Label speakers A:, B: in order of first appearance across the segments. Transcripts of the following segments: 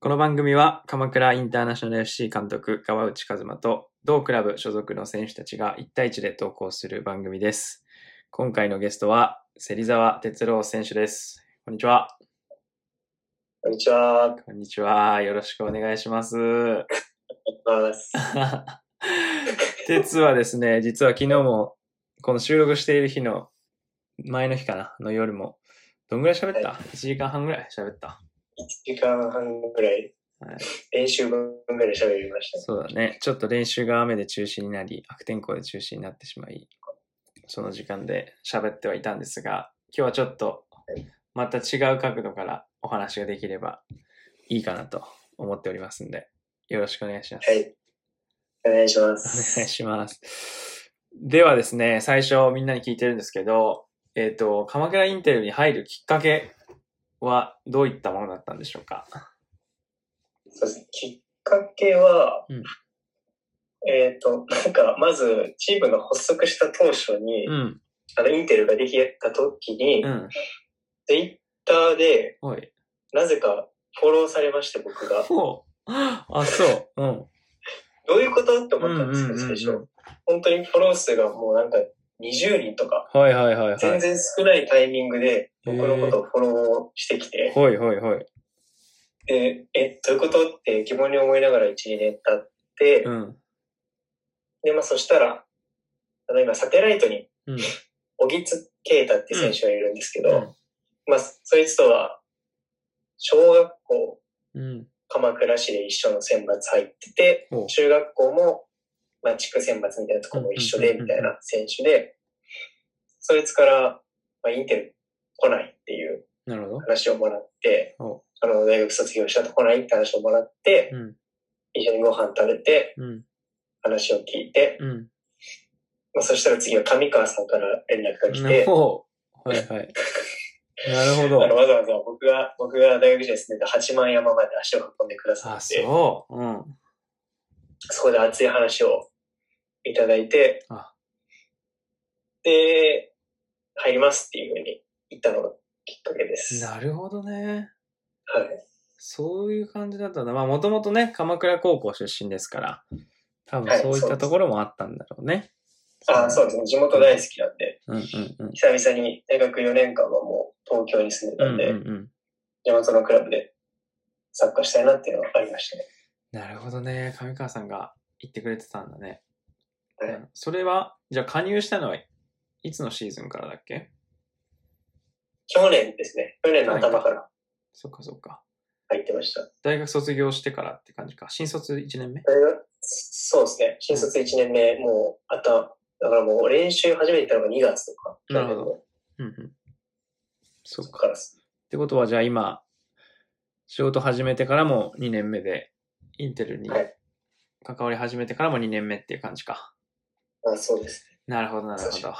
A: この番組は鎌倉インターナショナル FC 監督川内和馬と同クラブ所属の選手たちが1対1で投稿する番組です。今回のゲストは芹沢哲郎選手です。こんにちは。
B: こんにちは。
A: こんにちは。よろしくお願いします。
B: ます。
A: 哲はですね、実は昨日も、この収録している日の、前の日かな、の夜も、どんぐらい喋った、?1 時間半ぐらい喋った。
B: 1時間半ぐらい
A: はい、
B: 練習分ぐらい喋りましたね。
A: そうだね。ちょっと練習が雨で中止になり、悪天候で中止になってしまい、その時間で喋ってはいたんですが、今日はちょっとまた違う角度からお話ができればいいかなと思っておりますんで、よろしくお願いします。
B: はい。お願いしま
A: お
B: す。
A: 願いします。ではですね、最初みんなに聞いてるんですけど、えっ、と、鎌倉インテルに入るきっかけはどういったものだったんでしょうか
B: そうですきっかけは、
A: うん
B: えっ、と、なんか、まず、チームが発足した当初に、
A: うん。
B: あの、インテルができた時に、
A: うん。
B: ツイッターで、
A: おい。
B: なぜかフォローされまして、僕が。
A: ほう。あ、そう。うん。
B: どういうことって
A: う
B: 思
A: ん
B: ったんですけど、
A: うん
B: 最
A: うんう
B: 初
A: ん。
B: 本当にフォロー数がもうなんか、20人とか、
A: はいはいはいは
B: 全
A: い。
B: 然少ないタイミングで、
A: へ
B: 僕
A: ー
B: のことをフォローしてきて、
A: ほいほいほい。
B: で、え、どういうことって疑問に思いながら1、2年経って、
A: うん。
B: で、まあそしたら、あの今、サテライトに、
A: うん。
B: 小木津啓太って選手がいるんですけど、
A: うん
B: まあ、そいつとは、小学校、
A: うん。
B: 鎌倉市で一緒の選抜入ってて、
A: ほう。
B: 中学校も、まあ、地区選抜みたいなとこも一緒で、
A: うん
B: みたいな選手で、そいつから、まあ、インテル来ないっていう
A: なるほど。
B: 話をもらって、
A: お
B: その大学卒業したとこないって話をもらって、
A: うん。
B: 一緒にご飯食べて、
A: うん。
B: 話を聞いて、
A: うん。
B: まあ、そしたら次は上川さんから連絡が来
A: なる
B: て、
A: ほど。はいはい。なるほ
B: あの
A: ど。
B: わざわざ僕が、僕が大学時代住んでた八幡山まで足を運んでくださ
A: あ、
B: って、
A: そう。うん。
B: そこで熱い話をいただいて
A: あ、
B: で、入りますっていうふうに言ったのがきっかけです。は
A: なるほどね。
B: い。
A: そういう感じだったんだ。まあ、もともとね、鎌倉高校出身ですから、多
B: は
A: 分
B: い
A: そういったところもあったんだろうね。
B: あ、そうですね。地元大好きなんで、
A: うんうんうん。
B: 久々に大学4年間はもう東京に住んで
A: う
B: たん
A: んう
B: で、
A: んうん。
B: 地元のクラブでサッカーしたいなっていうのがありましたね。
A: なるほどね。上川さんが言ってくれてたんだね。
B: はい
A: うんそれは、じゃあ加入したのはいつのシーズンからだっけ
B: 去年ですね。去年の頭から
A: そっかそっか。
B: 入ってました。
A: 大学卒業してからって感じか。新卒1年目
B: 大学そうですね。新卒1年目、もう、あった、だからもう練習始めてたのが2月とか。
A: なるほど。うんうん。そ
B: そ
A: っか。
B: こからです。
A: ってことは、じゃあ今、仕事始めてからも2年目で、インテルに
B: はい
A: 関わり始めてからも2年目っていう感じか。
B: あそうです。
A: なるほど、なるほ
B: そう
A: ど。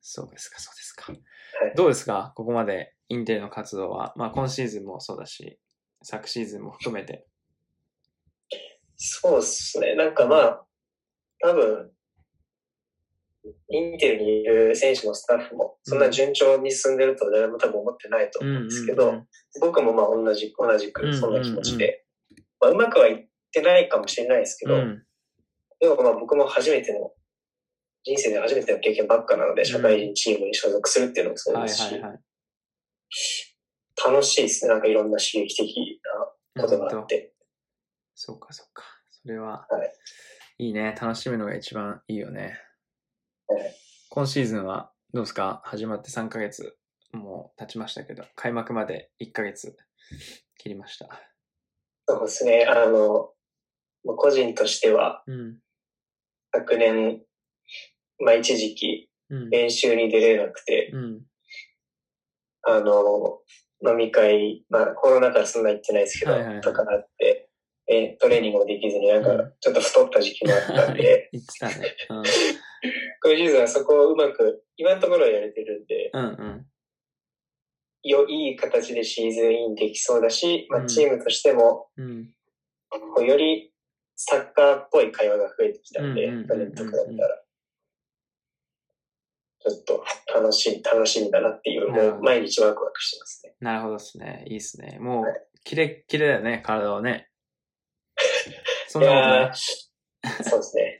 A: そうですか、そうですか。
B: はい
A: どうですかここまでインテルの活動は。まあ、今シーズンもそうだし、昨シーズンも含めて。
B: そうですね。なんかまあ、多分、インテルにいる選手もスタッフも、そんな順調に進んでるとは誰も多分思ってないと思うんですけど、僕もまあ同じ、同じ
A: うんうんう
B: く
A: ん
B: そんな気持ちで、まあうまくはいってないかもしれないですけ
A: う
B: ど、
A: ん、
B: でもまあ僕も初めての、人生で初めての経験ばっかなので、
A: ん
B: 社会人チームに所属するっていうのもそう
A: は
B: で
A: い
B: すし、
A: はいはい。
B: 楽しいですね。なんかいろんな刺激的なことがあって。
A: そうかそうか。それは、、
B: はい
A: いね。楽しむのが一番いいよね。
B: はい
A: 今シーズンはどうですか始まって3ヶ月もう経ちましたけど、開幕まで1ヶ月切りました。
B: そうですね。あの、まあ個人としては、
A: うん。
B: 昨年、まあ一時期
A: うん。
B: 練習に出れなくて、
A: うん。
B: あの、飲み会、まあコロナ禍そんな行ってないですけど、
A: はいはいはい
B: とかあって、えトレーニングもできずになん
A: うん
B: かちょっと太った時期もあったんで、
A: 言ってたね。
B: 今シーズンはそこをうまく、今のところはやれてるんで、
A: うん。うん
B: よ、いい形でシーズンインできそうだし、ま
A: う
B: あ、
A: ん
B: チームとしても、
A: うん。うん。
B: こうよりサッカーっぽい会話が増えてきたんで、
A: うんうんうんうん
B: 去年と比べたら。ちょっと楽しい、楽しみだなっていう、
A: なる
B: も
A: ほ
B: う
A: ど
B: 毎日ワクワクしてますね。
A: なるほどですね。いいですね。もう
B: は
A: キレッキレだよね、体は ね。そん
B: い
A: なこ
B: やーそうですね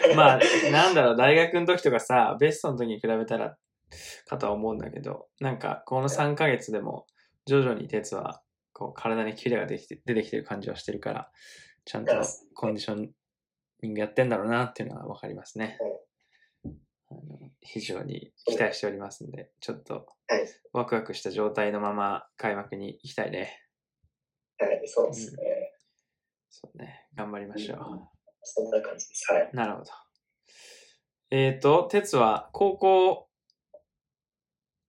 A: とない。。 まあ、なんだろう、大学の時とかさ、ベストの時に比べたら、かとは思うんだけど、なんか、この3ヶ月でも、徐々に鉄は、こう、体にキレができて、出てきてる感じはしてるから、ちゃんとコンディショニングやってんだろうなっていうのはわかりますね。あの非常に期待しておりますんで、ちょっと
B: はい、
A: ワクワクした状態のまま開幕に行きたいね。
B: はい、そうですね。
A: そうね、頑張りましょう。
B: そんな感じです。はい。
A: なるほど。えっ、ー、と、哲は高校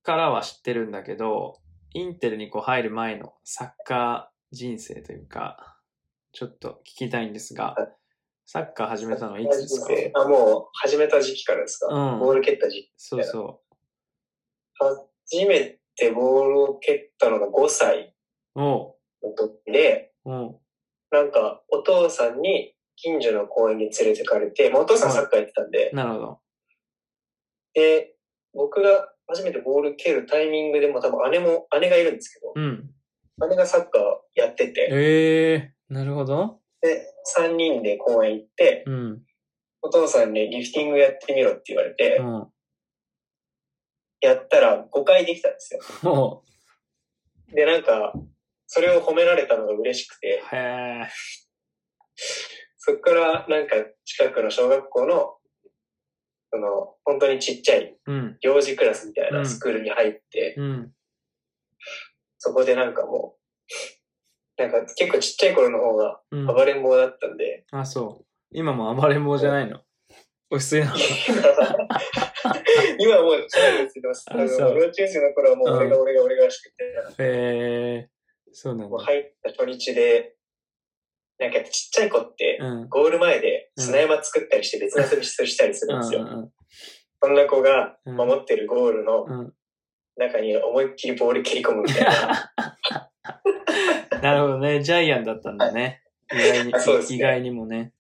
A: からは知ってるんだけど、インテルにこう入る前のサッカー人生というか、ちょっと聞きたいんですが、サッカー始めたのはいつですか
B: あ、もう始めた時期からですか、
A: うん
B: ボール蹴った時期。
A: そうそ
B: 初めてボールを蹴ったのが5歳
A: う。お
B: の時で、
A: う、お
B: なんかお父さんに近所の公園に連れてかれて、まあ、お父さんサッカーやってたんで
A: う、、なるほど。
B: で、僕が初めてボール蹴るタイミングでも多分姉も、姉がいるんですけど、
A: うん。
B: 姉がサッカーやってて、
A: ええー、なるほど。
B: で、3人で公園行って、
A: うん。
B: お父さんにリフティングやってみろって言われて
A: う、ん。
B: やったら5回できたんですよ。
A: おう
B: で、なんか、それを褒められたのが嬉しくて、
A: へえ。
B: そっからなんか近くの小学校の、その、本当にちっちゃい
A: うん。
B: 幼児クラスみたいうなんスクールに入って、
A: うん。
B: そこでなんかもう、なんか結構ちっちゃい頃の方が
A: うん。
B: 暴れん坊だったんで、
A: あ、そう。今も暴れん坊じゃないの。薄いな。
B: 今はもう違うんですけど、あの
A: そう
B: 幼稚園生の頃はもう俺が
A: う
B: 俺が俺がしくて、
A: へえー、そうなん
B: もう
A: だ。
B: 入った初日で、なんかちっちゃい子って、
A: うん。
B: ゴール前で砂山作ったりして別の遊びしたりするんですよ。
A: うん
B: そんな子が
A: うん
B: 守ってるゴールの
A: うんうん。
B: 中に思いっきりボール蹴り込むみたいな。
A: なるほどね。ジャイアンだったんだね。意外に
B: あ そうで、すね
A: 意外にもね。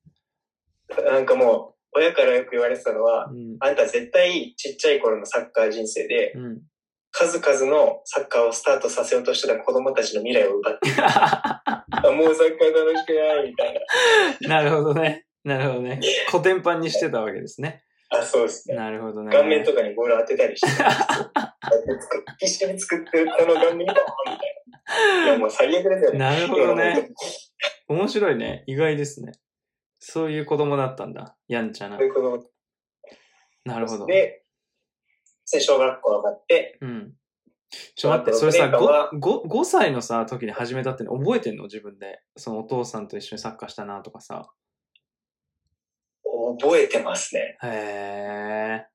B: なんかもう、親からよく言われてたのは
A: う、ん。
B: あんた絶対ちっちゃい頃のサッカー人生で、
A: うん。
B: 数々のサッカーをスタートさせようとしてた子供たちの未来を奪 っていた。もうサッカー楽しくないみたいな。
A: なるほどね。なるほどね。古典版にしてたわけですね。
B: あ、そうですね。
A: なるほどね。
B: 顔面とかにボール当てたりしてたんです よ一緒に作ってる人の顔面にボーンみたいな。いや、もう最悪ですよね。
A: なるほどね。面白いね。意外ですね。そういう子供だったんだ。やんちゃな
B: そう。いうこと
A: なるほど。
B: で、で小学校上がって、
A: うん。ちょ待って、それ
B: そ
A: さ
B: の頃は
A: 5, 歳のさ、時に始めたっての覚えてんの自分で。そのお父さんと一緒にサッカーしたなとかさ。
B: 覚えてますね。
A: へえ。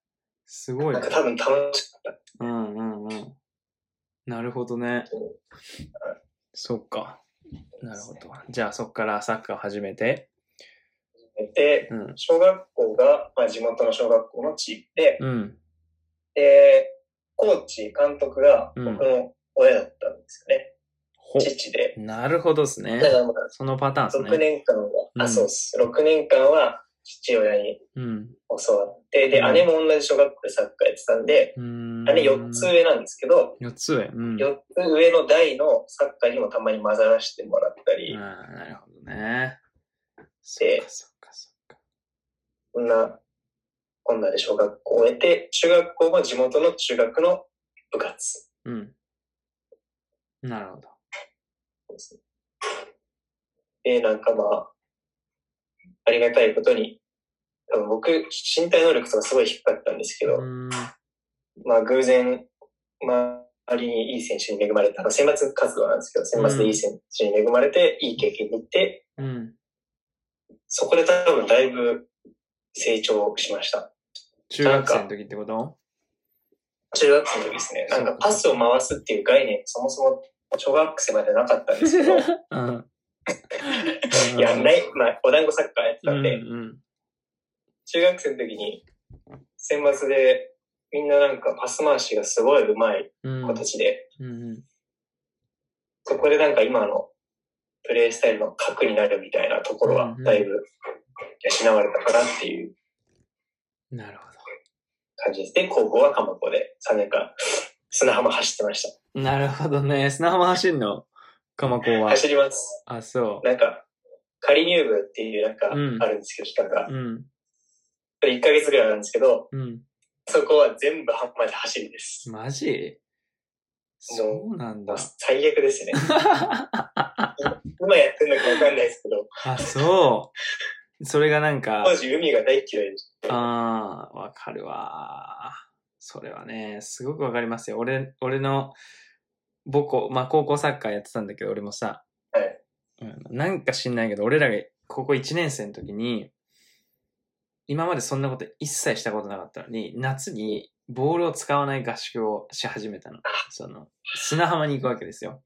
A: すごい
B: なん
A: ね
B: か。多分楽しかった。
A: うんうんうん。なるほどね。そっか。なるほど。じゃあそっからサッカーを始めて。
B: で、
A: うん。
B: 小学校が、まあ、地元の小学校の地域で、
A: うん。
B: で、コーチ、監督が
A: うん
B: 僕の親だったんですよね。
A: ほ。
B: 父で。
A: なるほどですね
B: だ。からま
A: そのパター
B: あ
A: ンで
B: 6
A: すね。
B: 年間は、
A: うん
B: あ、そうです。6年間は父親に
A: うん。
B: 教わって、で、
A: うん
B: 姉も同じ小学校でサッカーやってたんで、
A: うーん。
B: 姉4つ。上なんですけど、
A: 4つ上。うん。
B: 4つ上の代のサッカーにもたまに混ざらせてもらったり、
A: ああ、なるほどね。そっ
B: で
A: かそっかそっか。
B: こんな、こんなで小学校を終えて、中学校は地元の中学の部活。
A: うん。なるほど。
B: で、なんかまあ、ありがたいことに、多分僕、身体能力とかすごい低かったんですけど、
A: うーん。
B: まあ偶然、まあ、周りにいい選手に恵まれた、あの選抜活動なんですけど、選抜でいい選手に恵まれて、いい経験に行って、
A: うん。
B: そこで多分だいぶ成長しました。
A: 中学生の時ってこと
B: 中学生の時ですね、なんかパスを回すっていう概念、そもそも小学生までなかったんですけど、
A: うん。
B: い や、ない、まあ、お団子サッカーやって
A: う
B: た
A: ん
B: ん
A: う
B: で、
A: ん。
B: 中学生の時に、選抜で、みんななんかパス回しがすごい上手
A: うん
B: い子たちで、
A: うん
B: そこでなんか今のプレイスタイルの核になるみたいなところは
A: うん、
B: だいぶ養われたかなっていう
A: うん。なるほ
B: 感じです。で、高校は鎌子で3年間、砂浜走ってました。
A: ど。なるほどね。砂浜走んの。鎌子は。
B: 走ります。
A: あ、そ
B: なんか、仮入部っていうなんか
A: うん
B: あるんですけど、期間が
A: う。。うん。
B: 1ヶ月ぐらいあるんですけど、
A: うん。
B: そこは全部半で走りです。
A: マジそうなんだ
B: もう。最悪で すね。今やってるのかわかんないですけど、
A: あ、そう。それがなん か、
B: 当時海が大嫌いでし
A: ああ、わかるわ。それはね、すごくわかりますよ。俺、俺の母校、まあ高校サッカーやってたんだけど、俺もさ、
B: た。はい。
A: うん、なんか知んないけど、俺らが高校1年生の時に、今までそんなこと一切したことなかったのに、夏にボールを使わない合宿をし始めたの。 その、砂浜に行くわけですよ。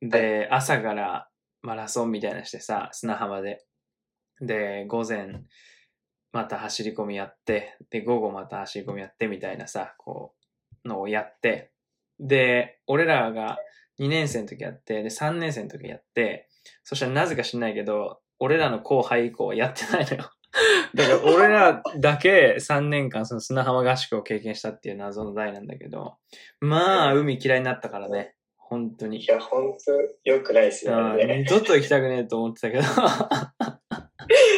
A: で、朝からマラソンみたいなしてさ、砂浜で。で、午前、また走り込みやって、で、午後また走り込みやってみたいなさ、こう、のをやって、で、俺らが2年生の時やって、で、3年生の時やって、そしたらなぜか知んないけど、俺らの後輩以降はやってないのよ。だから俺らだけ3年間その砂浜合宿を経験したっていう謎の代なんだけど、まあ、海嫌いになったからね。本当に
B: い。や、ほんと良くないです
A: あ
B: よ
A: ー
B: ね。
A: 二度と行きたくねえと思ってたけ ど。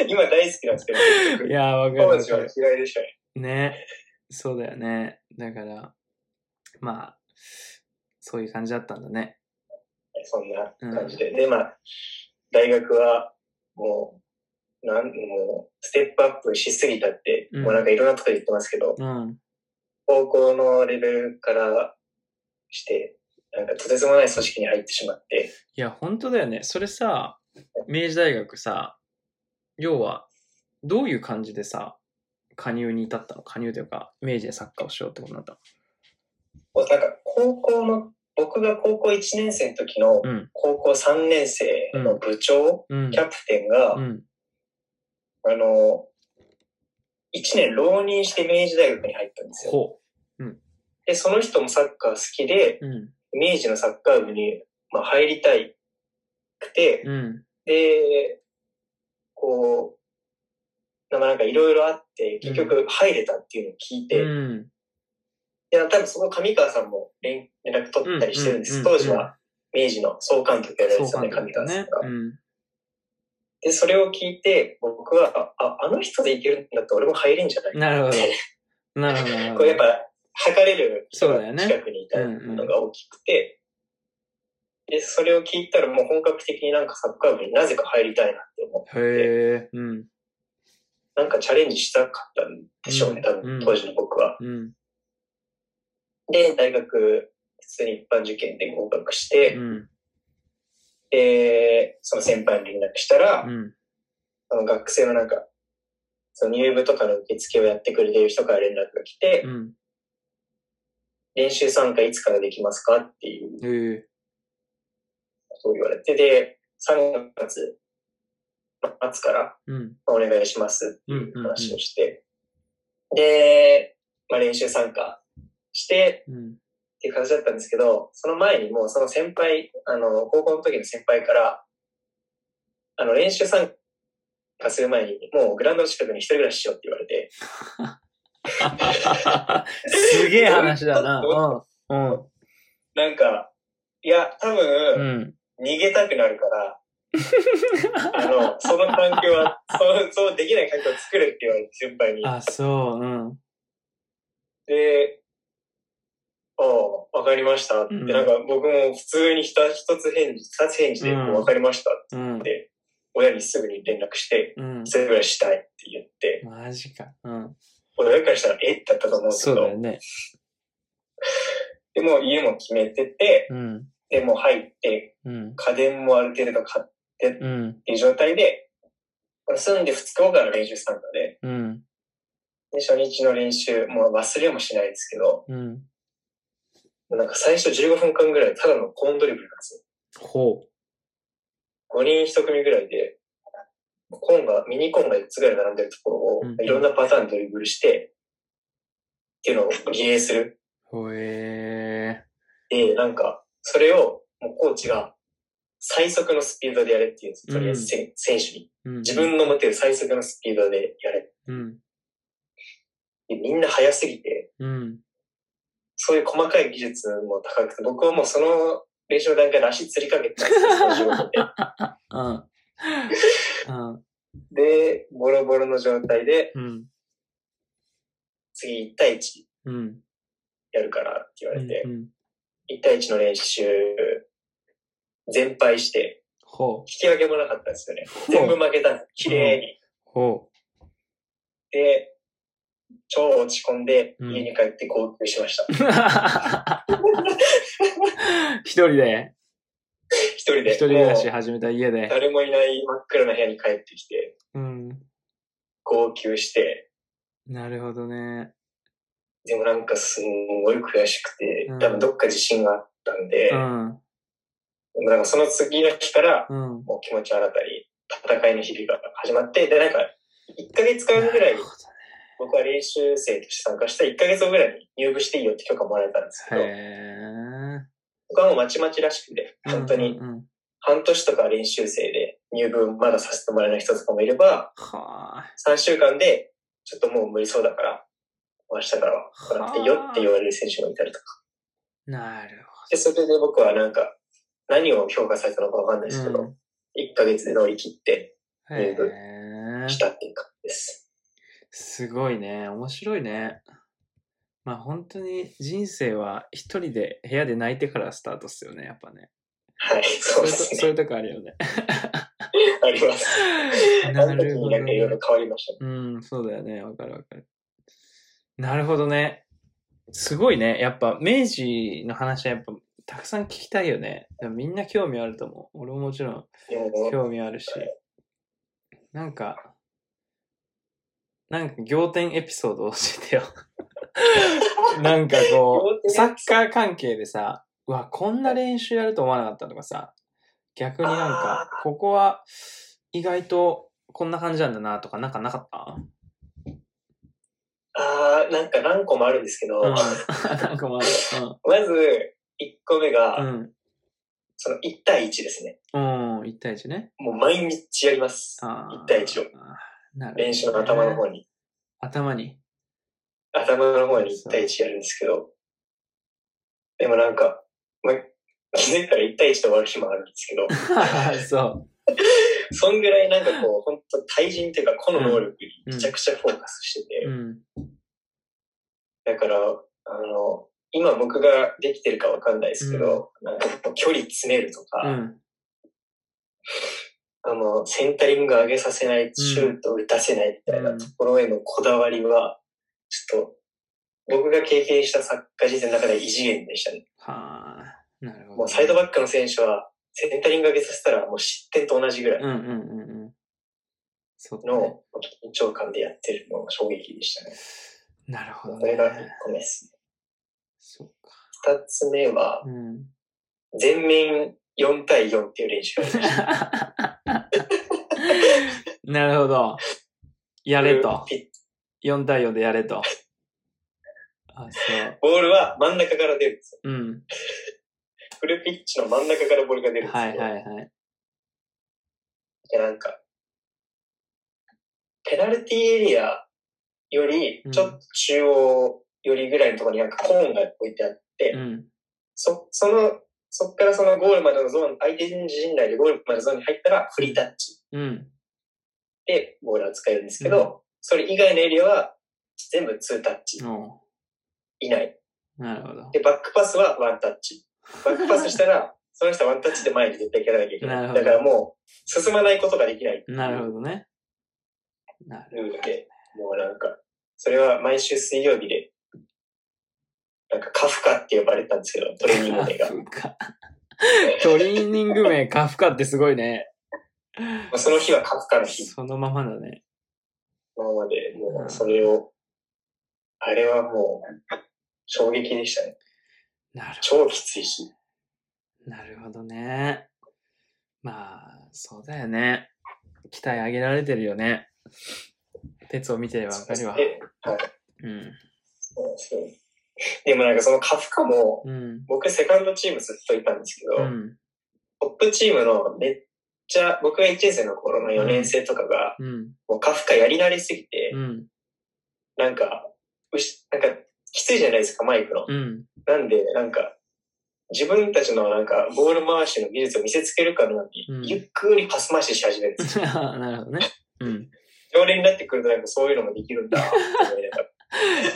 B: 今大好きなんですけど、結
A: い
B: 局
A: やー、わかるわ
B: 当時
A: か
B: は
A: る。
B: 嫌いでしたね。
A: ね。そうだよね。だから、まあ、そういう感じだったんだね。
B: そんな感じで。で、まあ、大学は、もう、なん、もう、ステップアップしすぎたって、
A: うん
B: もうなんかいろんなとこで言ってますけど、
A: うん。
B: 高校のレベルからして、なんかとてつもない組織に入ってしまって、
A: いや、本当だよね。それさ、明治大学さ、要は、どういう感じでさ、加入に至ったの加入というか、明治でサッカーをしようってことになった
B: もうなんか高校の、僕が高校1年生の時の
A: の。うん。
B: 高校3年生の部長、
A: うん
B: キ。ャプテンが、
A: うん。
B: あの、1年浪人して明治大学に入ったんですよ。
A: ほ
B: で、その人もサッカー好きで、
A: う。うん。
B: 明治のサッカー部に、まあ、入りたいくて、
A: うん。
B: で、こう、まあなんかいろいろあって、結局入れたっていうのを聞いて、
A: うん。
B: いや、多分その上川さんも連連絡取ったりしてるんです。
A: うんうんうん
B: 当時は明治の総監督やられてた
A: そう
B: んで、上
A: んだ
B: 川さん
A: ね
B: が。。
A: うん。
B: で、それを聞いて、僕は、あ、あの人でいけるんだって俺も入れんじゃない
A: なるほ ど。なるほどなるほど。
B: これやっぱ、測れる人
A: そうだよ
B: が
A: ね
B: 近くにいたのが大きくて、で、それを聞いたらもう本格的になんかサッカー部になぜか入りたいなって思って、
A: へえ、うん、
B: なんかチャレンジしたかったんでしょう
A: うん
B: ね、多分、
A: うん
B: 当時の僕は。
A: うん、
B: で、大学、普通に一般受験で合格して、
A: うん、
B: で、その先輩に連絡したら、
A: うん、
B: あの学生のなんか、その入部とかの受付をやってくれてる人から連絡が来て、
A: うん、
B: 練習参加いつからできますかっていう
A: へえ、
B: そう言われて、で、3月末から
A: うん、
B: お願いしますって
A: うん、うん
B: い、う話をして、で、まあ、練習参加して
A: うん、
B: っていう形だったんですけど、その前にもうその先輩、あの、高校の時の先輩から、あの、練習参加する前に、もうグラウンドの近くに一人暮らししようって言われて、
A: すげえ話だな。うん、
B: なんか、いや、多
A: う
B: 分、
A: ん、
B: 逃げたくな るから、あの、その環境は、そう、そうできない環境を作るって言われて、先輩に
A: うん。。あ、そう、うん、
B: で、ああ、わかりましたって、
A: うん
B: なんか僕も普通にひた一つ返事、二つ返事で、
A: うん
B: もうわかりましたって、
A: うん、
B: 親にすぐに連絡して、
A: うん。
B: それぐらいしたいって言って、
A: マジか。うん。
B: 親からしたら、えだったと思うんで
A: そ
B: すけ
A: うだ
B: ど
A: よ、ね。
B: でも家も決めてて、
A: うん、
B: でもう入って、
A: うん、
B: 家電もある程度買って
A: うん、
B: っていう状態で、住んで2日後から練習参加で、
A: うん、
B: で初日の練習、もう忘れもしないですけど、
A: うん。
B: なんか最初15分間ぐらいただのコーンドリブルなんですよ。
A: ほ
B: 5人一組ぐらいで、コンが、ミニコンが4つぐらい並んでるところを
A: うん、
B: いろんなパターンでドリブルして、っていうのをリレーする。
A: う。ほえ
B: で、なんか、それを、もうコーチが、最速のスピードでやれって言うんです。とりあえず、せ選手に。
A: ー。
B: 自分の持ってる最速のスピードでやれ。
A: うん、
B: でみんな速すぎて、
A: うん、
B: そういう細かい技術も高くて、僕はもうその練習の段階で足つりかけてたんですよ、その仕事で。
A: うん。うん。
B: で、ボロボロの状態で、
A: うん。
B: 次1対1
A: うん。
B: やるからって言わ
A: う
B: れて、
A: ん。
B: 1対1の練習、全敗して、
A: ほう。
B: 引き分けもなかったんですよね。全部負けたんです。綺麗に。
A: ほ
B: で、超落ち込んで、
A: うん
B: 家に帰って号泣しました。
A: う。一人で、
B: 一人で。
A: 一人暮らし
B: もう
A: 始めた家で。
B: 誰もいない真っ暗な部屋に帰ってきて、
A: うん。
B: 号泣して、
A: なるほどね。
B: でもなんかすんごい悔しくて
A: うん、
B: 多分どっか自信があったんで、
A: うん。
B: でもなんかその次の日から、
A: うん。
B: もう気持ち新たに戦いの日々が始まって、で、なんか、1ヶ月間ぐらい
A: なる、ほ
B: 僕は練習生として参加した1ヶ月後ぐらいに入部していいよって許可もらえたんですけ
A: ど
B: ど、
A: へ
B: 僕はもうまちまちらしくて、
A: え。
B: 本当に
A: うんうんうん。
B: 半年とか練習生で入部まださせてもらえない人とかもいれば、
A: はあ。
B: 3週間で、ちょっともう無理そうだから、明日からは来なくていいよって言われる選手もいたりとか。
A: なる
B: で、それで僕はなんか、何を評価されたのかわかんないですけ
A: ほど。う
B: ど、
A: ん
B: 1ヶ月で乗り切って
A: へえ。
B: したっていう感じです。
A: すごいね。面白いね。まあ本当に人生は一人で部屋で泣いてからスタートっすよね、やっぱね。
B: はい、そう
A: そ
B: で
A: れと
B: すね。
A: そういうとこあるよ ね。
B: あります。あ
A: な
B: の時
A: るほ
B: に
A: ど
B: なんかいろいろ
A: ね。
B: 変わりましたね。
A: うん、そうだよね。わかるわかる。なるほどね。すごいね。やっぱ明治の話はやっぱたくさん聞きたいよね。でもみんな興味あると思う。俺ももちろん
B: でも、
A: 興味あるし。なんか、なんか仰天エピソード教えてよ。 なんかこう、
B: 仰
A: サ
B: 天エ
A: ッカー関係でさ、うわ、こんな練習やると思わなかったとかさ、逆になんか、ここは意外とこんな感じなんだなとか、なんかなかった
B: あー、なんか何個もあるんですけど、
A: うん。
B: ま
A: なんかま
B: ず、1個目が、
A: あ、うん。
B: その1対1ですね。
A: うん。うん。1対1ね。
B: もう毎日やります。
A: あー
B: 1対1を。
A: なるほどね
B: 練習の頭の方に。
A: 頭に。
B: 頭の方に1対1やるんですけど。でもなんか、ま、気づいたら1対1で終わる日もあるんですけど、
A: そ
B: そんぐらいなんかこう、本当対人というか個の能力にめちゃくちゃフォーカスしてて、
A: う。うん。
B: だから、あの、今僕ができてるかわかんないですけど、なんかこう距離詰めるとか、
A: うん。
B: あの、センタリング上げさせない、シュート打たせないみたいなところへのこだわりは、ちょっと、僕が経験したサッカー人生の中では異次元でしたね。
A: はあ、なるほど。
B: もうサイドバックの選手は、センタリング上げさせたらもう失点と同じぐらい
A: うんうんうんうん。そうだね
B: の緊張感でやってるのが衝撃でしたね。
A: なるほど
B: それ
A: ね
B: が。1個目ですね。
A: そうか。
B: 2つ目は、
A: うん。
B: 全面4対4っていう練習がありました。
A: なるほど。やれと。
B: ピッ
A: 4対4でやれと。あ、そう。
B: ボールは真ん中から出るんですよ。
A: うん。
B: フルピッチの真ん中からボールが出るんですよ。
A: はいはいはい。
B: で、なんか、ペナルティーエリアより
A: うん、
B: ちょっと中央よりぐらいのところになんかコーンが置いてあって、
A: うん。
B: そ、その、そっからそのゴールまでのゾーン、相手陣内でゴールまでのゾーンに入ったらフリータッチ
A: うん。
B: でボールは使えるんですけ
A: うん
B: ど、それ以外のエリアは全部ツータッチ
A: お
B: 以内。
A: うなるほど。
B: で、バックパスはワンタッチ。バックパスし たら、その人はワンタッチで前に絶対蹴らなきゃいけ
A: な
B: な
A: るほ
B: い。
A: ど
B: だからもう、進まないことができないっていう。
A: なるほどね。なる
B: ルールで、もうなんか、それは毎週水曜日で、なんかカフカって呼ばれたんですけど、トレー ニング 名が。
A: カフカ。トリーニング名カフカってすごいね。
B: まあその日はカフカの日
A: そのままだね。
B: のままで、もうそれを、あれはもう、衝撃でしたね。
A: なるほど。
B: 超きついし。
A: なるほどね。まあ、そうだよね。期待上げられてるよね。鉄を見てればわかるわ。
B: ではい
A: うん。
B: そうなんですよでもなんかそのカフカも、
A: うん。
B: 僕セカンドチームずっといたんですけど、
A: うん。
B: トップチームのめっちゃ、僕が1年生の頃の4年生とかが、
A: うん。
B: もうカフカやり慣れすぎて、
A: うん。
B: なんか、うし、なんか、きついじゃないですか、マイクの。
A: うん。
B: なんで、なんか、自分たちのなんか、ボール回しの技術を見せつけるかのよう
A: うん
B: に、ゆっくりパス回しし始める んですよ。
A: なるほどね。うん。
B: 常連になってくるとなんかそういうのもでき るんだ、って思いながら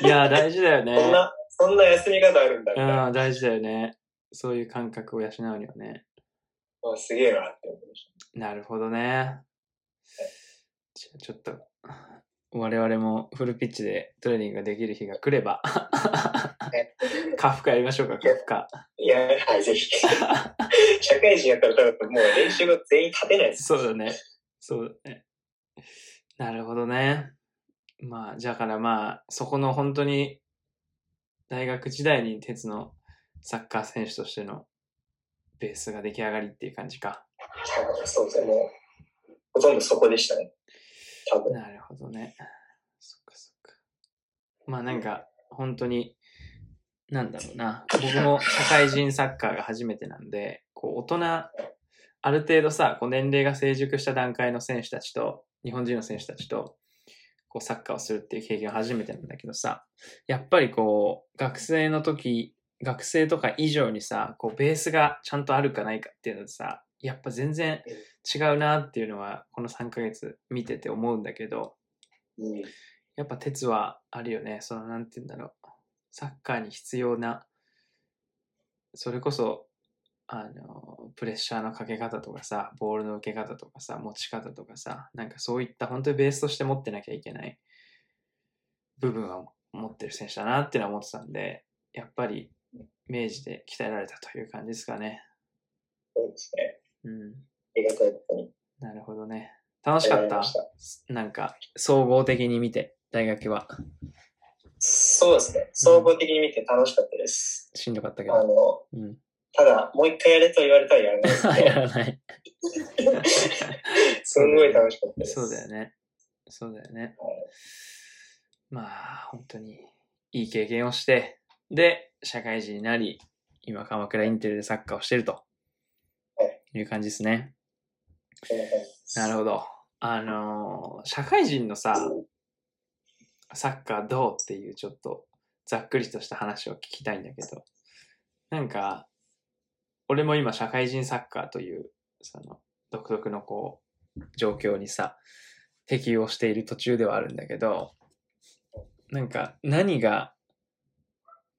A: いやー、大事だよ
B: そん
A: ね。
B: な、そんな休み方あるんだ、みたいな。
A: うん、大事だよね。そういう感覚を養うにはね。
B: あすげえなって思いまし
A: なるほどね。じゃあちょっと、我々もフルピッチでトレーニングができる日が来れば、
B: た。ね
A: カフカやりましょうか、カフカ。
B: いや、はい、ぜひ。 社会人やったら多分もう練習が全員立てないです。
A: そうだね。そうだね。なるほどね。まあ、じゃあからまあ、そこの本当に、大学時代に鉄のサッカー選手としてのベースが出来上がりっていう感じか。
B: そうですね、もう、ほとんどそこでしたね。多分。
A: なるほどね。そっかそっか。まあなんか、本当に、なんだろうな。僕も社会人サッカーが初めてなんで、こう大人、ある程度さ、こう年齢が成熟した段階の選手たちと、日本人の選手たちと、こうサッカーをするっていう経験は初めてなんだけどさ、やっぱりこう、学生の時、学生とか以上にさ、こうベースがちゃんとあるかないかっていうのでさ、やっぱ全然違うなっていうのはこの3ヶ月見てて思うんだけど
B: うん
A: やっぱ鉄はあるよねそのなんて言うんだろうサッカーに必要なそれこそあのプレッシャーのかけ方とかさボールの受け方とかさ持ち方とかさなんかそういった本当にベースとして持ってなきゃいけない部分は持ってる選手だなっていうのは思ってたんでやっぱり明治で鍛えられたという感じですかね。
B: そうですね。
A: うん
B: ありがたいことに。
A: なるほどね。楽しかっ
B: ありがとうござい
A: た
B: ました。
A: なんか、総合的に見て、大学は
B: そうですね。総合的に見て楽しかったです。
A: しんどかったけ
B: あ
A: ど。
B: の、
A: うん。
B: ただ、もう一回やれと言われたらやらないです ね
A: やらない。
B: すんごい楽しかったです。
A: そうだよね。そうだよね。まあ、本当に、いい経験をして、で、社会人になり、今、鎌倉インテルでサッカーをしてると。いう感じですね。
B: そんな感じです
A: なるほど。あのー社会人のさ、サッカーどうっていうちょっとざっくりとした話を聞きたいんだけど、なんか、俺も今社会人サッカーという、その、独特のこう、状況にさ、適応している途中ではあるんだけど、なんか何が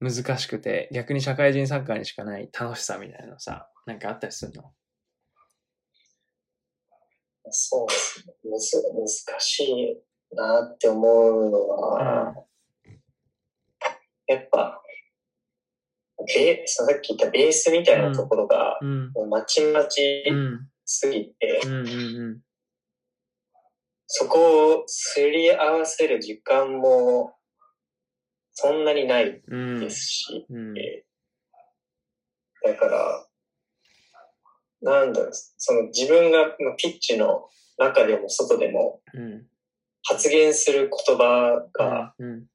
A: 難しくて、逆に社会人サッカーにしかない楽しさみたいなのさ、なんかあったりするの
B: そうですね。むず難しいなって思うのは、やっぱ、ベそのさっき言ったベースみたいなところが、
A: うん。
B: もうまちまち
A: うん。
B: すぎて、
A: うんうんうん。
B: そこをすり合わせる時間も、そんなにない
A: うん
B: ですし、
A: うん
B: だから、なんだろう、その自分がまあピッチの中でも外でも
A: うん
B: 発言する言葉が、
A: うん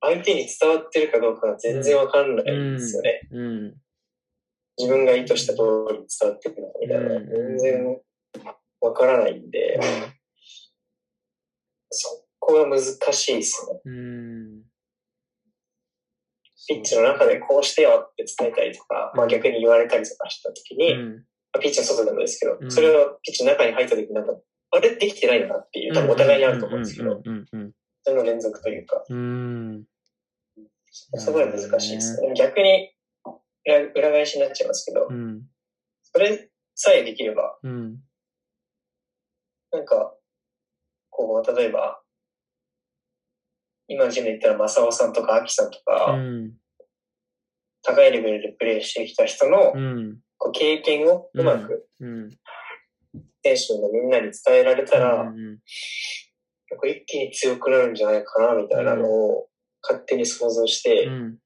B: 相手に伝わってるかどうかが全然わかんないんですよね。
A: うん
B: 自分が意図した通りに伝わってくるのかみたいな、
A: うん
B: 全然わからないんで、そこが難しいです
A: う
B: ね。
A: ん。
B: ピッチの中でこうしてよって伝えたりとか、まあ逆に言われたりとかした時に、
A: うん
B: まあピッチの外でもですけど、
A: うん
B: それをピッチの中に入った時になんか、あれできてないよなっていう、多分お互いにあると思うんですけど、。
A: うんうん
B: それの連続というか、
A: うん。
B: すごい難しいですね。逆に裏裏返しになっちゃいますけど
A: う、ん
B: それさえできれば、
A: うん
B: なんか、こう、例えば、今のジムで言ったら、正雄さんとか、アキさんと
A: う
B: か、
A: ん
B: 高いレベルでプレーしてきた人の
A: う、ん
B: こう、経験をうまく、
A: うん。
B: 選手のみんなに伝えられたら、
A: う
B: なん
A: ん
B: か一気に強くなるんじゃないかな、みたいなのを、勝手に想像し
A: う
B: て、
A: ん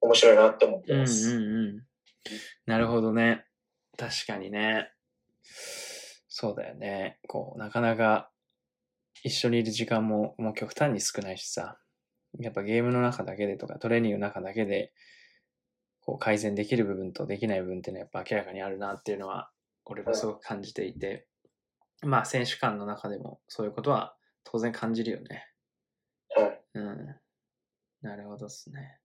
B: 面白いなって思っ
A: うん
B: て
A: うん
B: ます。
A: うん。なるほどね。確かにね。そうだよね。こう、なかなか一緒にいる時間ももう極端に少ないしさ。やっぱゲームの中だけでとかトレーニングの中だけで、こう改善できる部分とできない部分っていうのはやっぱ明らかにあるなっていうのは、俺もすごく感じていて。まあ選手間の中でもそういうことは当然感じるよね。
B: はい。
A: うん。なるほどっすね。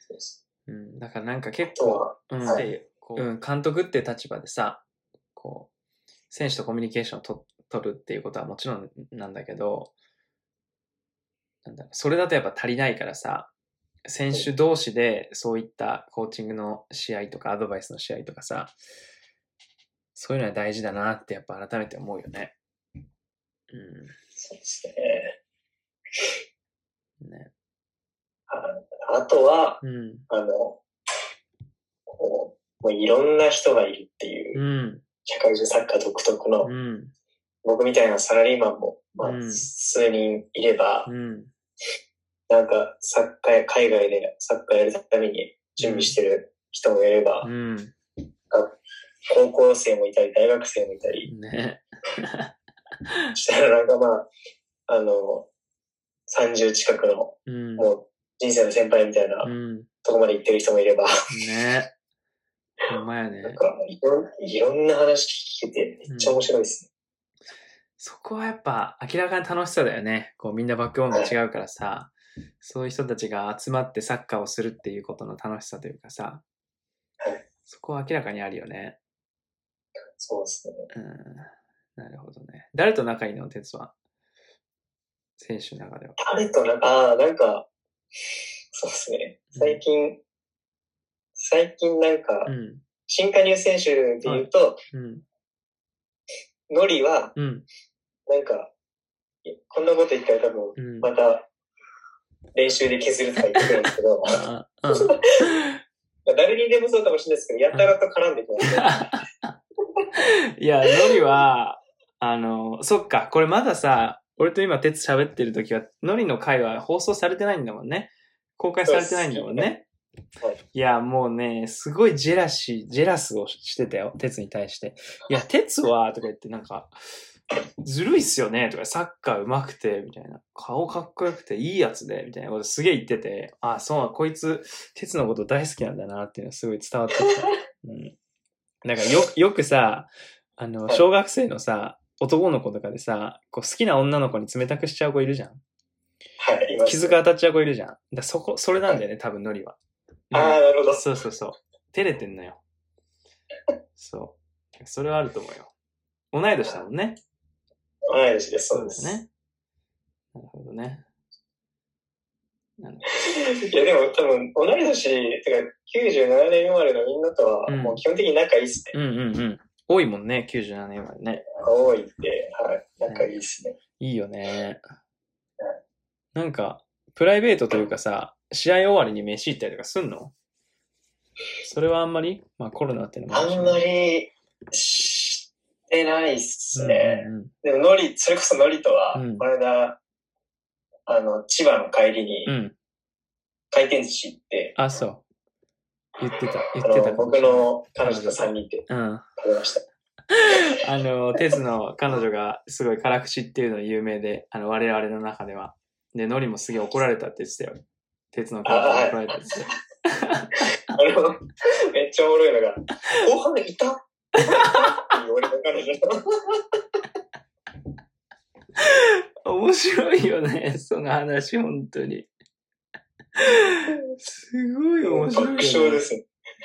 B: そうです
A: うん、だからなんか結
B: と
A: 構、
B: は、
A: うん、
B: はい
A: でこううん、監督っていう立場でさこう選手とコミュニケーションをと取るっていうことはもちろんなんだけどなんだろうそれだとやっぱ足りないからさ選手同士でそういったコーチングの試合とかアドバイスの試合とかさそういうのは大事だなってやっぱ改めて思うよね。
B: そうですね。
A: うん。ね。
B: あとは、
A: うん。
B: あの、こう、もういろんな人がいるっていう、
A: うん。
B: 社会人サッカー独特の、
A: うん。
B: 僕みたいなサラリーマンも、まあ
A: うん、
B: 数人いれば、
A: うん。
B: なんか、サッカーや、海外でサッカーやるために準備してる人もいれば、
A: うん。
B: 高校生もいたり、大学生もいたり、
A: ね。
B: したらなんかまあ、あの、30近くの、
A: うん。
B: もう人生の先輩みたいな
A: うん。
B: とこまで行ってる人もいれば、
A: ね。ほんまやね
B: なん。かいろん、いろんな話聞けて、めっちゃ面白いですね。
A: そこはやっぱ明らかに楽しさだよね。こうみんなバックボーンが違うからさ、そういう人たちが集まってサッカーをするっていうことの楽しさというかさ
B: はい、
A: そこは明らかにあるよね。
B: そうですね。
A: うん。なるほどね。誰と仲いいの鉄は。選手の中では。
B: 誰となんか、ああ、なんか、そうですね。最近、最近なんか
A: う、ん。
B: 新加入選手で言うと、
A: うん。
B: ノリは、
A: うん。
B: なんか、いこんなこと言ったら多分、
A: うん。
B: また、練習で削るとか言ってくるんですけど、
A: ああうん
B: まあ誰にでもそうかもしれないですけど、やたらと絡んできますね。
A: いや、ノリは、あの、そっか、これまださ、俺と今、鉄喋ってる時は、ノリの回は放送されてないんだもんね。公開されてないんだもんね
B: そうです。
A: いや、もうね、すごいジェラシー、ジェラスをしてたよ、鉄に対して。いや、鉄は、とか言って、なんか、ずるいっすよね、とか、サッカー上手くて、みたいな。顔かっこよくて、いいやつで、みたいなことすげえ言ってて、あそう、こいつ、鉄のこと大好きなんだな、っていうのがすごい伝わってきた。うん。なんかよ、よくさ、あの、
B: はい
A: 小学生のさ、男の子とかでさ、こう好きな女の子に冷たくしちゃう子いるじゃん。
B: はい、います
A: 傷が当たっちゃう子いるじゃん。だからそこ、それなんだよね、多分ノリは。
B: ああ、なるほど。
A: そうそうそう。照れてんのよ。そう。それはあると思うよ。同い年だもんね。
B: 同い年です、そうで
A: だ
B: す。
A: よね。なるほどね。なるほ
B: いや、でも多分、同い年、てか、97年生まれのみんなとは、
A: うん
B: もう基本的に仲いいですね。
A: ど。うんうんうん。多いもんね、97年までね。
B: 多いって、はい、仲いいですね。
A: いいよね。なんか、プライベートというかさ、試合終わりに飯行ったりとかすんのそれはあんまりまあコロナっていうのも
B: あ
A: るし
B: んまり、してないっすね。
A: うんうん
B: でも、ノリ、それこそノリとは
A: うん、
B: この間、あの、千葉の帰りに
A: う、ん。うん。
B: 回転寿司行って、
A: あ、そう。言ってた、言って
B: あ
A: た
B: の、
A: かもしれな
B: 僕
A: い。
B: の彼女と3人で
A: うん。
B: 食べました。
A: あの、鉄の彼女がすごい辛口っていうの有名で、あの、我々の中では。で、ノリもすげえ怒られたって言ってたよ。鉄の彼女が怒られたって言ってた。
B: あの、めっちゃおもろいのが、ご飯いたって言われた彼女の。
A: 面白いよね、 その話、本当 に。すごい 面白いよ、ね。
B: 爆笑ですね。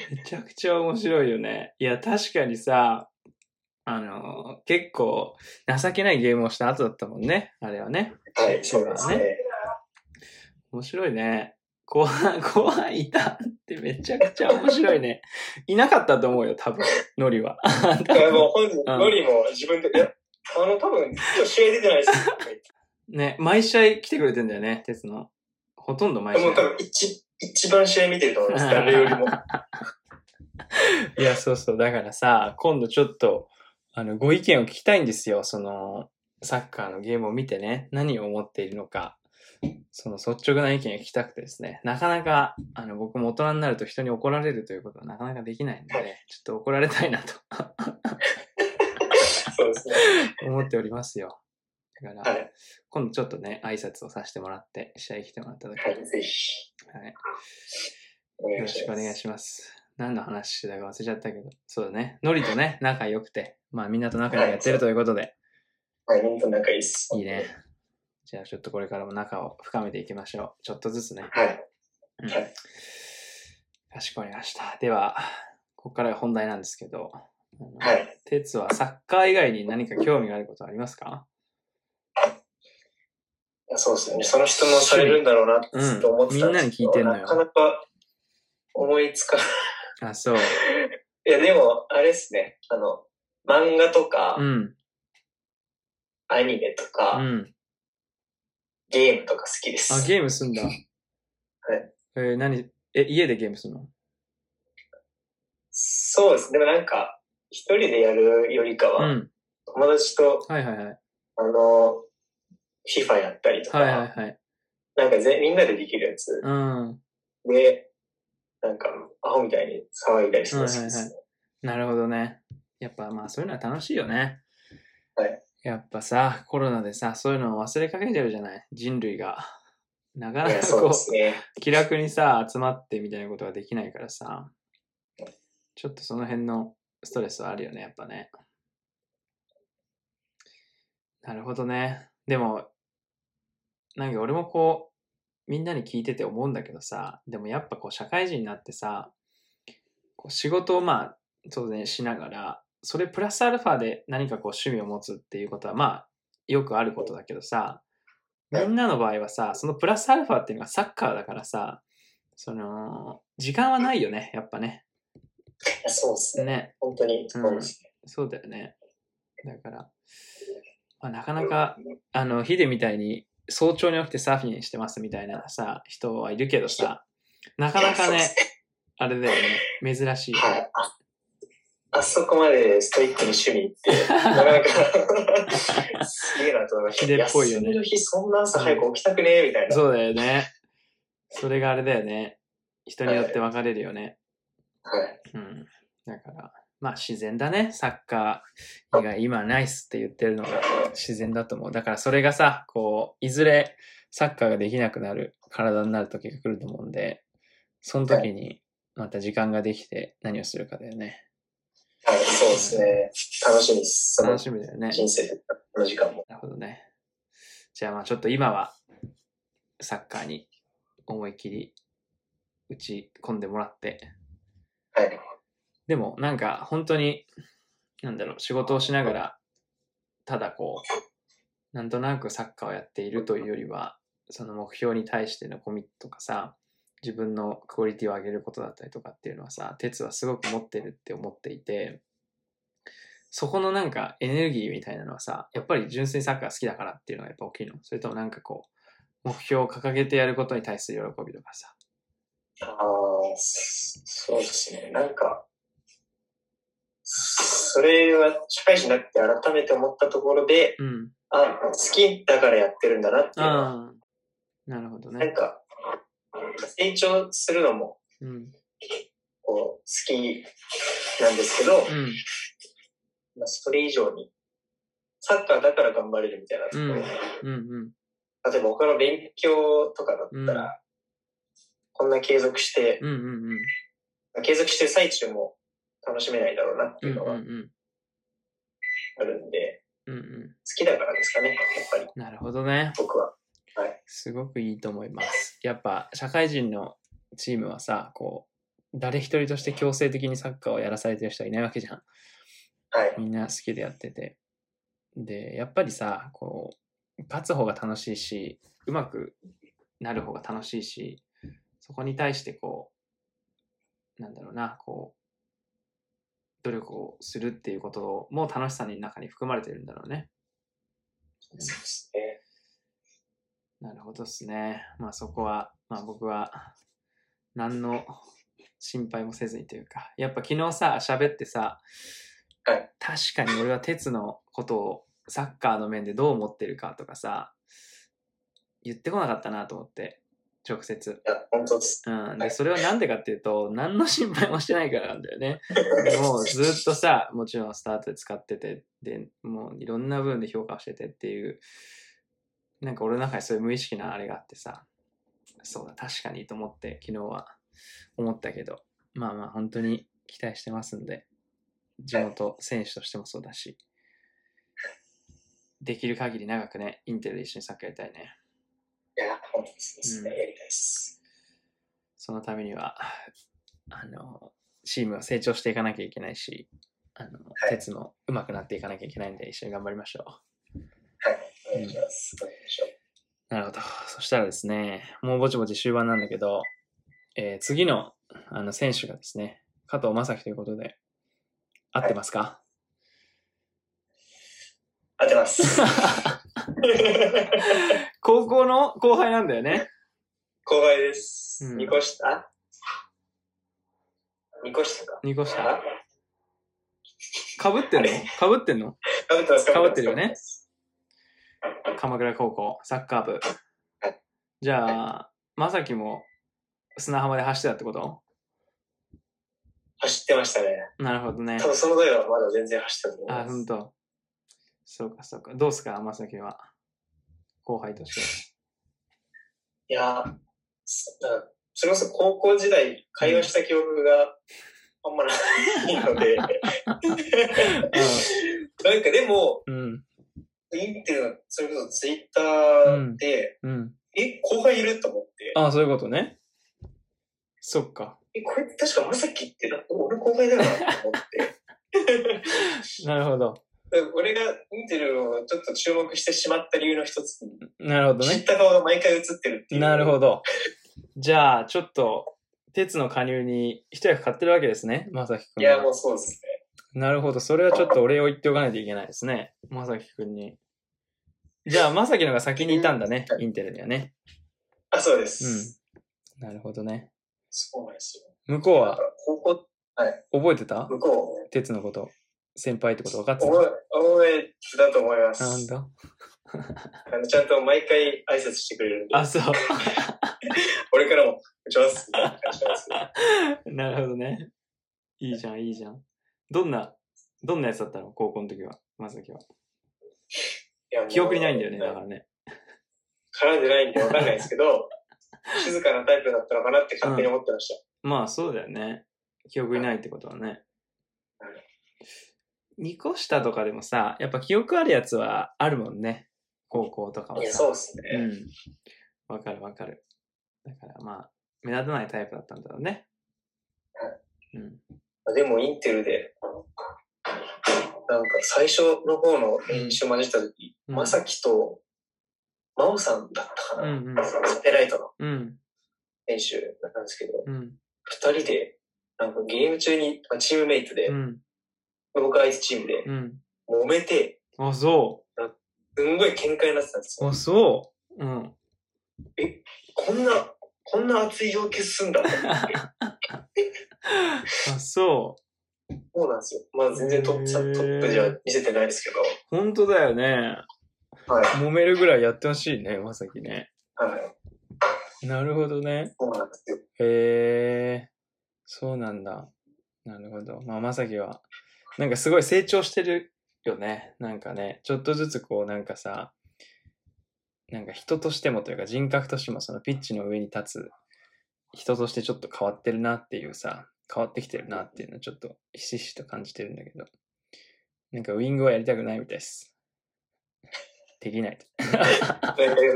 A: めちゃくちゃ面白いよね。いや、確かにさ、あの、結構情けないゲームをした後だったもんね。あれはね。
B: はい、そうですね。
A: 面白い ね。後半、後半いたってめちゃくちゃ面白いね。いなかったと思うよ、多分、ノリは。
B: いや、もう本人、
A: ん
B: ノリも自分で、いや、あの、多分、今日試合出てないですよ。
A: ね、毎試合来てくれてんだよね、鉄の。ほとんど毎試
B: もう多
A: 合。
B: 分一、一番試合見てると思います、誰よりも。
A: いや、そうそう。だからさ、今度ちょっと、あの、ご意見を聞きたいんですよ。その、サッカーのゲームを見てね、何を思っているのか、その率直な意見を聞きたくてですね、なかなか、あの、僕も大人になると人に怒られるということはなかなかできないので、ちょっと怒られたいなと
B: そうですね。
A: 思っておりますよ。だから、
B: はい
A: 今度ちょっとね、挨拶をさせてもらって、試合来てもらった時に、
B: は、
A: はい
B: ぜひ、お
A: い、よろ
B: 願い
A: し
B: し
A: くお
B: ます。
A: 願いします。何の話してたか忘れちゃったけど、そうだね、ノリとね、仲良くて、まあみんなと仲良くやってるということで、
B: はい、本当仲いいっす。
A: いいね。。じゃあちょっとこれからも仲を深めていきましょう。ちょっとずつね。
B: はい。
A: うん
B: はい
A: かしこまりました。では、ここからが本題なんですけど、あの
B: はい。
A: 哲はサッカー以外に何か興味があることはありますか
B: そうですよね。その質問されるんだろうなってずっと思ってたですけど
A: うんみんなに聞いてんのよ
B: なかなか思いつかない。
A: あ、そう。
B: いや、でも、あれですね。あの、漫画とか、
A: うん。
B: アニメと
A: う
B: か、
A: ん。
B: ゲームとか好きです。。
A: あ、ゲームすんだ。はいえー何え、家でゲームするの
B: そうですね。でもなんか、一人でやるよりか
A: う
B: は、
A: ん。
B: 友達と、
A: はいはいはい。
B: あの、FIFA やったりとか、
A: はいはいはい。
B: なんかぜみんなでできるやつ
A: うん。
B: で、なんか、アホみたいに騒いだりしてほしいですね。
A: なるほどね。やっぱまあそういうのは楽しいよね。
B: はい。
A: やっぱさ、コロナでさ、そういうのを忘れかけてるじゃない人類が。なか
B: い
A: な
B: や
A: か
B: そう
A: こ
B: で
A: う、
B: すね。
A: 気楽にさ、集まってみたいなことができないからさ、ちょっとその辺のストレスはあるよね、やっぱね。なるほどね。でも、なんか俺もこう、みんなに聞いてて思うんだけどさ、でもやっぱこう、社会人になってさ、こう仕事をまあ、当然しながら、それプラスアルファで何かこう趣味を持つっていうことはまあ、よくあることだけどさ、みんなの場合はさ、そのプラスアルファっていうのがサッカーだからさ、その、時間はないよね、やっぱね。
B: いやそうですね。
A: ね、
B: 本当に、そうですね。
A: そうだよね。だから、まあ、なかなか、あの、ヒデみたいに早朝に起きてサーフィンしてますみたいなさ、人はいるけどさ、なかなか
B: いや
A: ね
B: そう、で
A: あれだよね、珍しい。
B: すはい。ああそこまでストイックに趣味って、なかなか、 すげえなと思いました。
A: ひでっぽいよね
B: 休みの日そんな朝早く起きたくねえみたいな。
A: そうだよね。それがあれだよね。人によって分かれるよね。
B: はい。
A: うん。だから、まあ自然だね。サッカー以外今ナイスって言ってるのが自然だと思う。だからそれがさ、こう、いずれサッカーができなくなる体になる時が来ると思うんで、その時にまた時間ができて何をするかだよね。
B: はい、そうですね。楽しみです。その
A: 楽しみだよね。
B: 人生で、この時間も。
A: なるほどね。じゃあまあちょっと今はサッカーに思い切り打ち込んでもらって、
B: はい。
A: でもなんか本当に、なんだろう、仕事をしながら、ただこう、なんとなくサッカーをやっているというよりは、その目標に対してのコミットとかさ、自分のクオリティを上げることだったりとかっていうのはさ、鉄はすごく持ってるって思っていて、そこのなんかエネルギーみたいなのはさ、やっぱり純粋にサッカー好きだからっていうのがやっぱ大きいのそれともなんかこう、目標を掲げてやることに対する喜びとかさ。
B: ああ、そそうですね。なんか、それは社会人になって改めて思ったところで、
A: うん。
B: あ、好きだからやってるんだなっていうのは
A: ああ。なるほど
B: なん
A: ね。
B: か、成長するのも、
A: うん。
B: こう、好きなんですけど、
A: うん。
B: まあ、それ以上に、サッカーだから頑張れるみたいなところ、
A: うんうんうん。
B: 例えば他の勉強とかだったら、
A: うん
B: こんな継続して、
A: うんうんうん。
B: 継続してる最中も楽しめないだろうなって
A: うん
B: いううんの
A: う
B: は
A: ん。
B: あるんで、
A: うんう
B: 好きだからですかね、やっぱり
A: ん。なるほどね。
B: 僕は。
A: すごくいいと思います。やっぱ社会人のチームはさ、こう、誰一人として強制的にサッカーをやらされてる人はいないわけじゃん。
B: はい。
A: みんな好きでやってて。で、やっぱりさ、こう、勝つ方が楽しいし、うまくなる方が楽しいし、そこに対してこう、なんだろうな、こう、努力をするっていうことも楽しさの中に含まれてるんだろうね。
B: そうですね。
A: なるほどですね。まあそこは、まあ僕は、何の心配もせずにというか、やっぱ昨日さ、喋ってさ、
B: はい
A: 確かに俺は鉄のことをサッカーの面でどう思ってるかとかさ、言ってこなかったなと思って、直接。
B: いや、本当です。
A: うん。
B: は
A: で、
B: い
A: それはなんでかっていうと、何の心配もしてないからなんだよね。 もうずっとさ、もちろんスタートで使ってて、で、もういろんな部分で評価をしててっていう、なんか俺の中にそういう無意識なあれがあってさ、そうだ、確かにと思って昨日は思ったけど、まあまあ本当に期待してますんで、地元選手としてもそうだし、できる限り長くね、インテルで一緒にサッカーやりたいね。
B: いや、本当ですね。
A: うん
B: やりたいです。
A: そのためには、あの、チームは成長していかなきゃいけないし、あの、
B: い
A: 鉄も上手くなっていかなきゃいけないんで、一緒に頑張りましょう。
B: はい。お願いします。どうでしょう
A: なるほど。そしたらですね、もうぼちぼち終盤なんだけど、えー次のあの選手がですね、加藤正樹ということで、合ってますか、
B: 当てます。
A: 高校の後輩なんだよね。
B: 後輩です。
A: うん
B: 二個下二個下か。
A: 2個下。
B: あ
A: かぶってんのかぶってんの
B: かぶってますか
A: 被ってるよね。鎌倉高校、サッカー部
B: はい。
A: じゃあ、正樹も砂浜で走ってたってこと
B: 走ってましたね。
A: なるほどね
B: 多。分その時はまだ全然走ってたと思い
A: あ、
B: ま
A: ほん
B: す。
A: と。そうか、そうか。どうすか、正樹は。後輩として。
B: いや、そそれこそ高校時代、会話した記憶があんまないので、なんかでも、
A: うん。
B: インテルの、それこそツイッターで、
A: うん。
B: え、後輩いると思って、
A: ああ、そういうことね。そっか。
B: え、これ確かまさきってな、俺後輩だなと思って。
A: なるほど。
B: だから俺がインテルをちょっと注目してしまった理由の一つに、
A: なるほど
B: 知っ
A: ね。
B: た顔が毎回映ってるっていう。
A: なるほ
B: ど。
A: ど。じゃあ、ちょっと、鉄の加入に一役買ってるわけですね、まさきくん
B: い
A: は。
B: や、もうそうですね。
A: なるほど。それはちょっとお礼を言っておかないといけないですね。まさきくんに。じゃあ、まさきのが先にいたんだね。インテルにはね。
B: あ、そうです。
A: なるほどね。
B: そうなんですよ。
A: 向こう
B: だ
A: は
B: から高校、
A: 覚えてた
B: 向こう、
A: 鉄のこと。先輩ってこと分かってた
B: 覚えてだと思いま
A: あ、ほん
B: す。
A: と
B: あのちゃんと毎回挨拶してくれるんで
A: あ、、そう。
B: 俺からも、打ちます。みたいな感じなんですけど
A: なるほどね。いいじゃん、いいじゃん。どんな、どんなやつだったの高校の時は。まさきは。
B: いやも う
A: 記憶にないんだよね、だからね。
B: 絡んでないんでわかんないですけど、 静かなタイプだったのかなって勝手に思ってまし
A: まあ、そうだよね。記憶にないってことはね。2個下とかでもさ、やっぱ記憶あるやつはあるもんね。高校とか
B: た。
A: はい
B: や、
A: さ。
B: そうです
A: う
B: ね。
A: ん。わかるわかる。だからまあ、目立たないタイプだったんだろうね。うん。
B: でも、インテルで、なんか最初の方の練習混じった時、
A: うん
B: まさきと、まおさんだったか
A: う
B: な、
A: ん
B: サテライトの
A: うん。
B: 練習なんですけど、
A: うん。
B: 二人で、なんかゲーム中に、まあチームメイトで、
A: うん。
B: 僕はアイスチームで、
A: うん。
B: 揉めて、
A: あ、そ
B: すんごい喧嘩になってたんです
A: う。
B: よ。
A: あ、そう。うん。
B: こんな、こんな熱い要求すんだと思 って。
A: あ、そう。
B: そうなんですよ。まあ全然トップ、
A: へー
B: トップじゃ見せてないですけど。
A: 本当だよね。
B: はい。
A: 揉めるぐらいやってほしいね、まさきね。
B: はい。
A: なるほどね。
B: そうなんですよ。
A: へえ、そうなんだ。なるほど。まあ、まさきは、なんかすごい成長してるよね。なんかね、ちょっとずつこう、なんかさ、なんか人としてもというか人格としてもそのピッチの上に立つ人としてちょっと変わってるなっていうさ、変わってきてるなっていうのをちょっとひしひしと感じてるんだけど、なんかウィングはやりたくないみたいです。できないと。
B: なんか確かにね。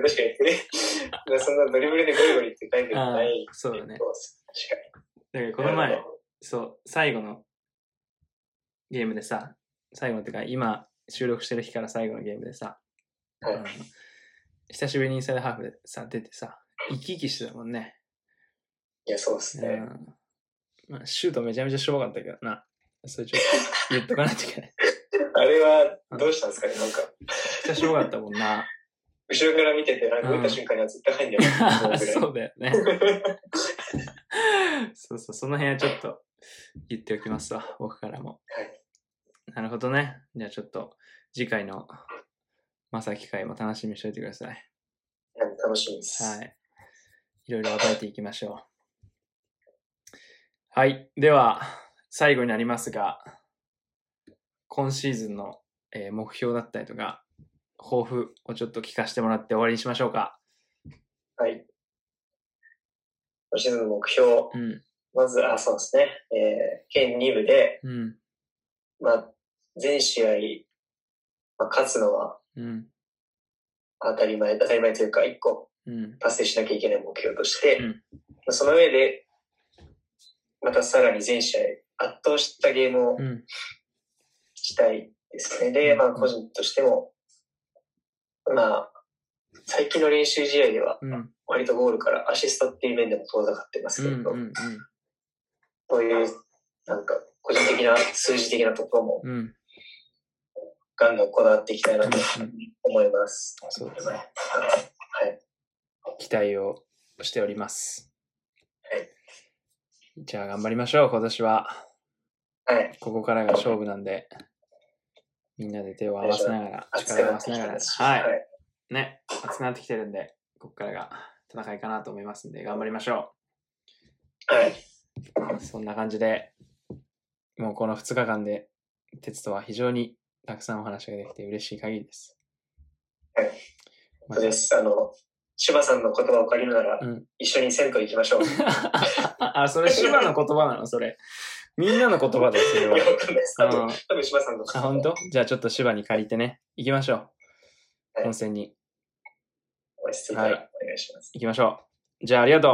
B: そんなドリブルでゴリゴリってタイプじゃないってい
A: あーそうだね
B: 確
A: だからこ
B: かに。
A: の前
B: なる、ほど
A: そう、最後のゲームでさ、最後ってか、今収録してる日から最後のゲームでさ、
B: はい
A: あの久しぶりにインサイドハーフでさ、出てさ、生き生きしてたもんね。
B: いや、そうです
A: う
B: ね。
A: んまあ、シュートめちゃめちゃしょぼかったけどな。それちょっと言っとかないとい けない。
B: あれは、どうしたんですかねなんか、
A: めっちゃしょぼかったもんな。
B: 後ろから見てて、なんか打った瞬間には絶対入んじゃない
A: そうだよね。
B: い。
A: そうそう、その辺はちょっと言っておきますわ、僕からも。
B: はい
A: なるほどね。じゃあちょっと次回のまさき会も楽しみにしておいてください。
B: 楽しみです。
A: はい。いろいろ暴いていきましょう。はい。では、最後になりますが、今シーズンの、えー目標だったりとか、抱負をちょっと聞かせてもらって終わりにしましょうか。
B: はい。今シーズンの目標。
A: うん。
B: まず、あ、そうですね。えー、県2部で、
A: うん。
B: まあ、全試合、まあ、勝つのは
A: うん。
B: 当たり前、当たり前というか、1個
A: うん。
B: 達成しなきゃいけない目標として、
A: うん
B: まあその上で、またさらに全試合圧倒したゲームを
A: うん。
B: したいですね。
A: う
B: で、
A: ん
B: まあ個人としても、まあ、最近の練習試合では
A: うん。うん。
B: 割とゴールからアシストっていう面でも遠ざかってます
A: う
B: け
A: ん。
B: ど、
A: うん。
B: そういうなんか個人的な数字的なところも
A: うん。
B: ガンガンこだわっていきたいなと思います。
A: そうですね。
B: はい。
A: 期待をしております。
B: はい。
A: じゃあ頑張りましょう、今年は。
B: はい。
A: ここからが勝負なんで、みんなで手を合わせながら、
B: 熱く
A: 力を合
B: な
A: わ
B: って
A: せ
B: き
A: なが
B: た
A: ら
B: で、す。
A: はい。ね、熱くなってきてるんで、ここからが戦いかなと思いますんで、頑張りましょ
B: はい。
A: う。そんな感じで、もうこの2日間で、鉄とは非常にたくさんお話ができて嬉しい限りです。
B: はい。
A: ま
B: そう
A: た
B: です。あの、柴さんの言葉を借りるなら、
A: うん
B: 一緒に銭湯行き ましょう。い
A: あ、それ、芝の言葉なのそれ。みんなの言葉だよ、それ
B: や、わ
A: は。
B: かんないです。
A: う
B: 多分
A: ん、
B: 多分柴さんの
A: あ、本当？じゃあちょっと芝に借りてね、行きましょ
B: は
A: う。
B: い
A: 温泉に
B: 落ち着いたらお
A: はい
B: 願いします。
A: 行きましょう。じゃあありがとう。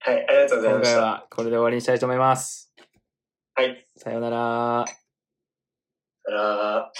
B: はい、ありがとうござい
A: 今
B: まし
A: 回
B: た。
A: はこれで終わりにしたいと思います。
B: はい。
A: さようなら。
B: さよなら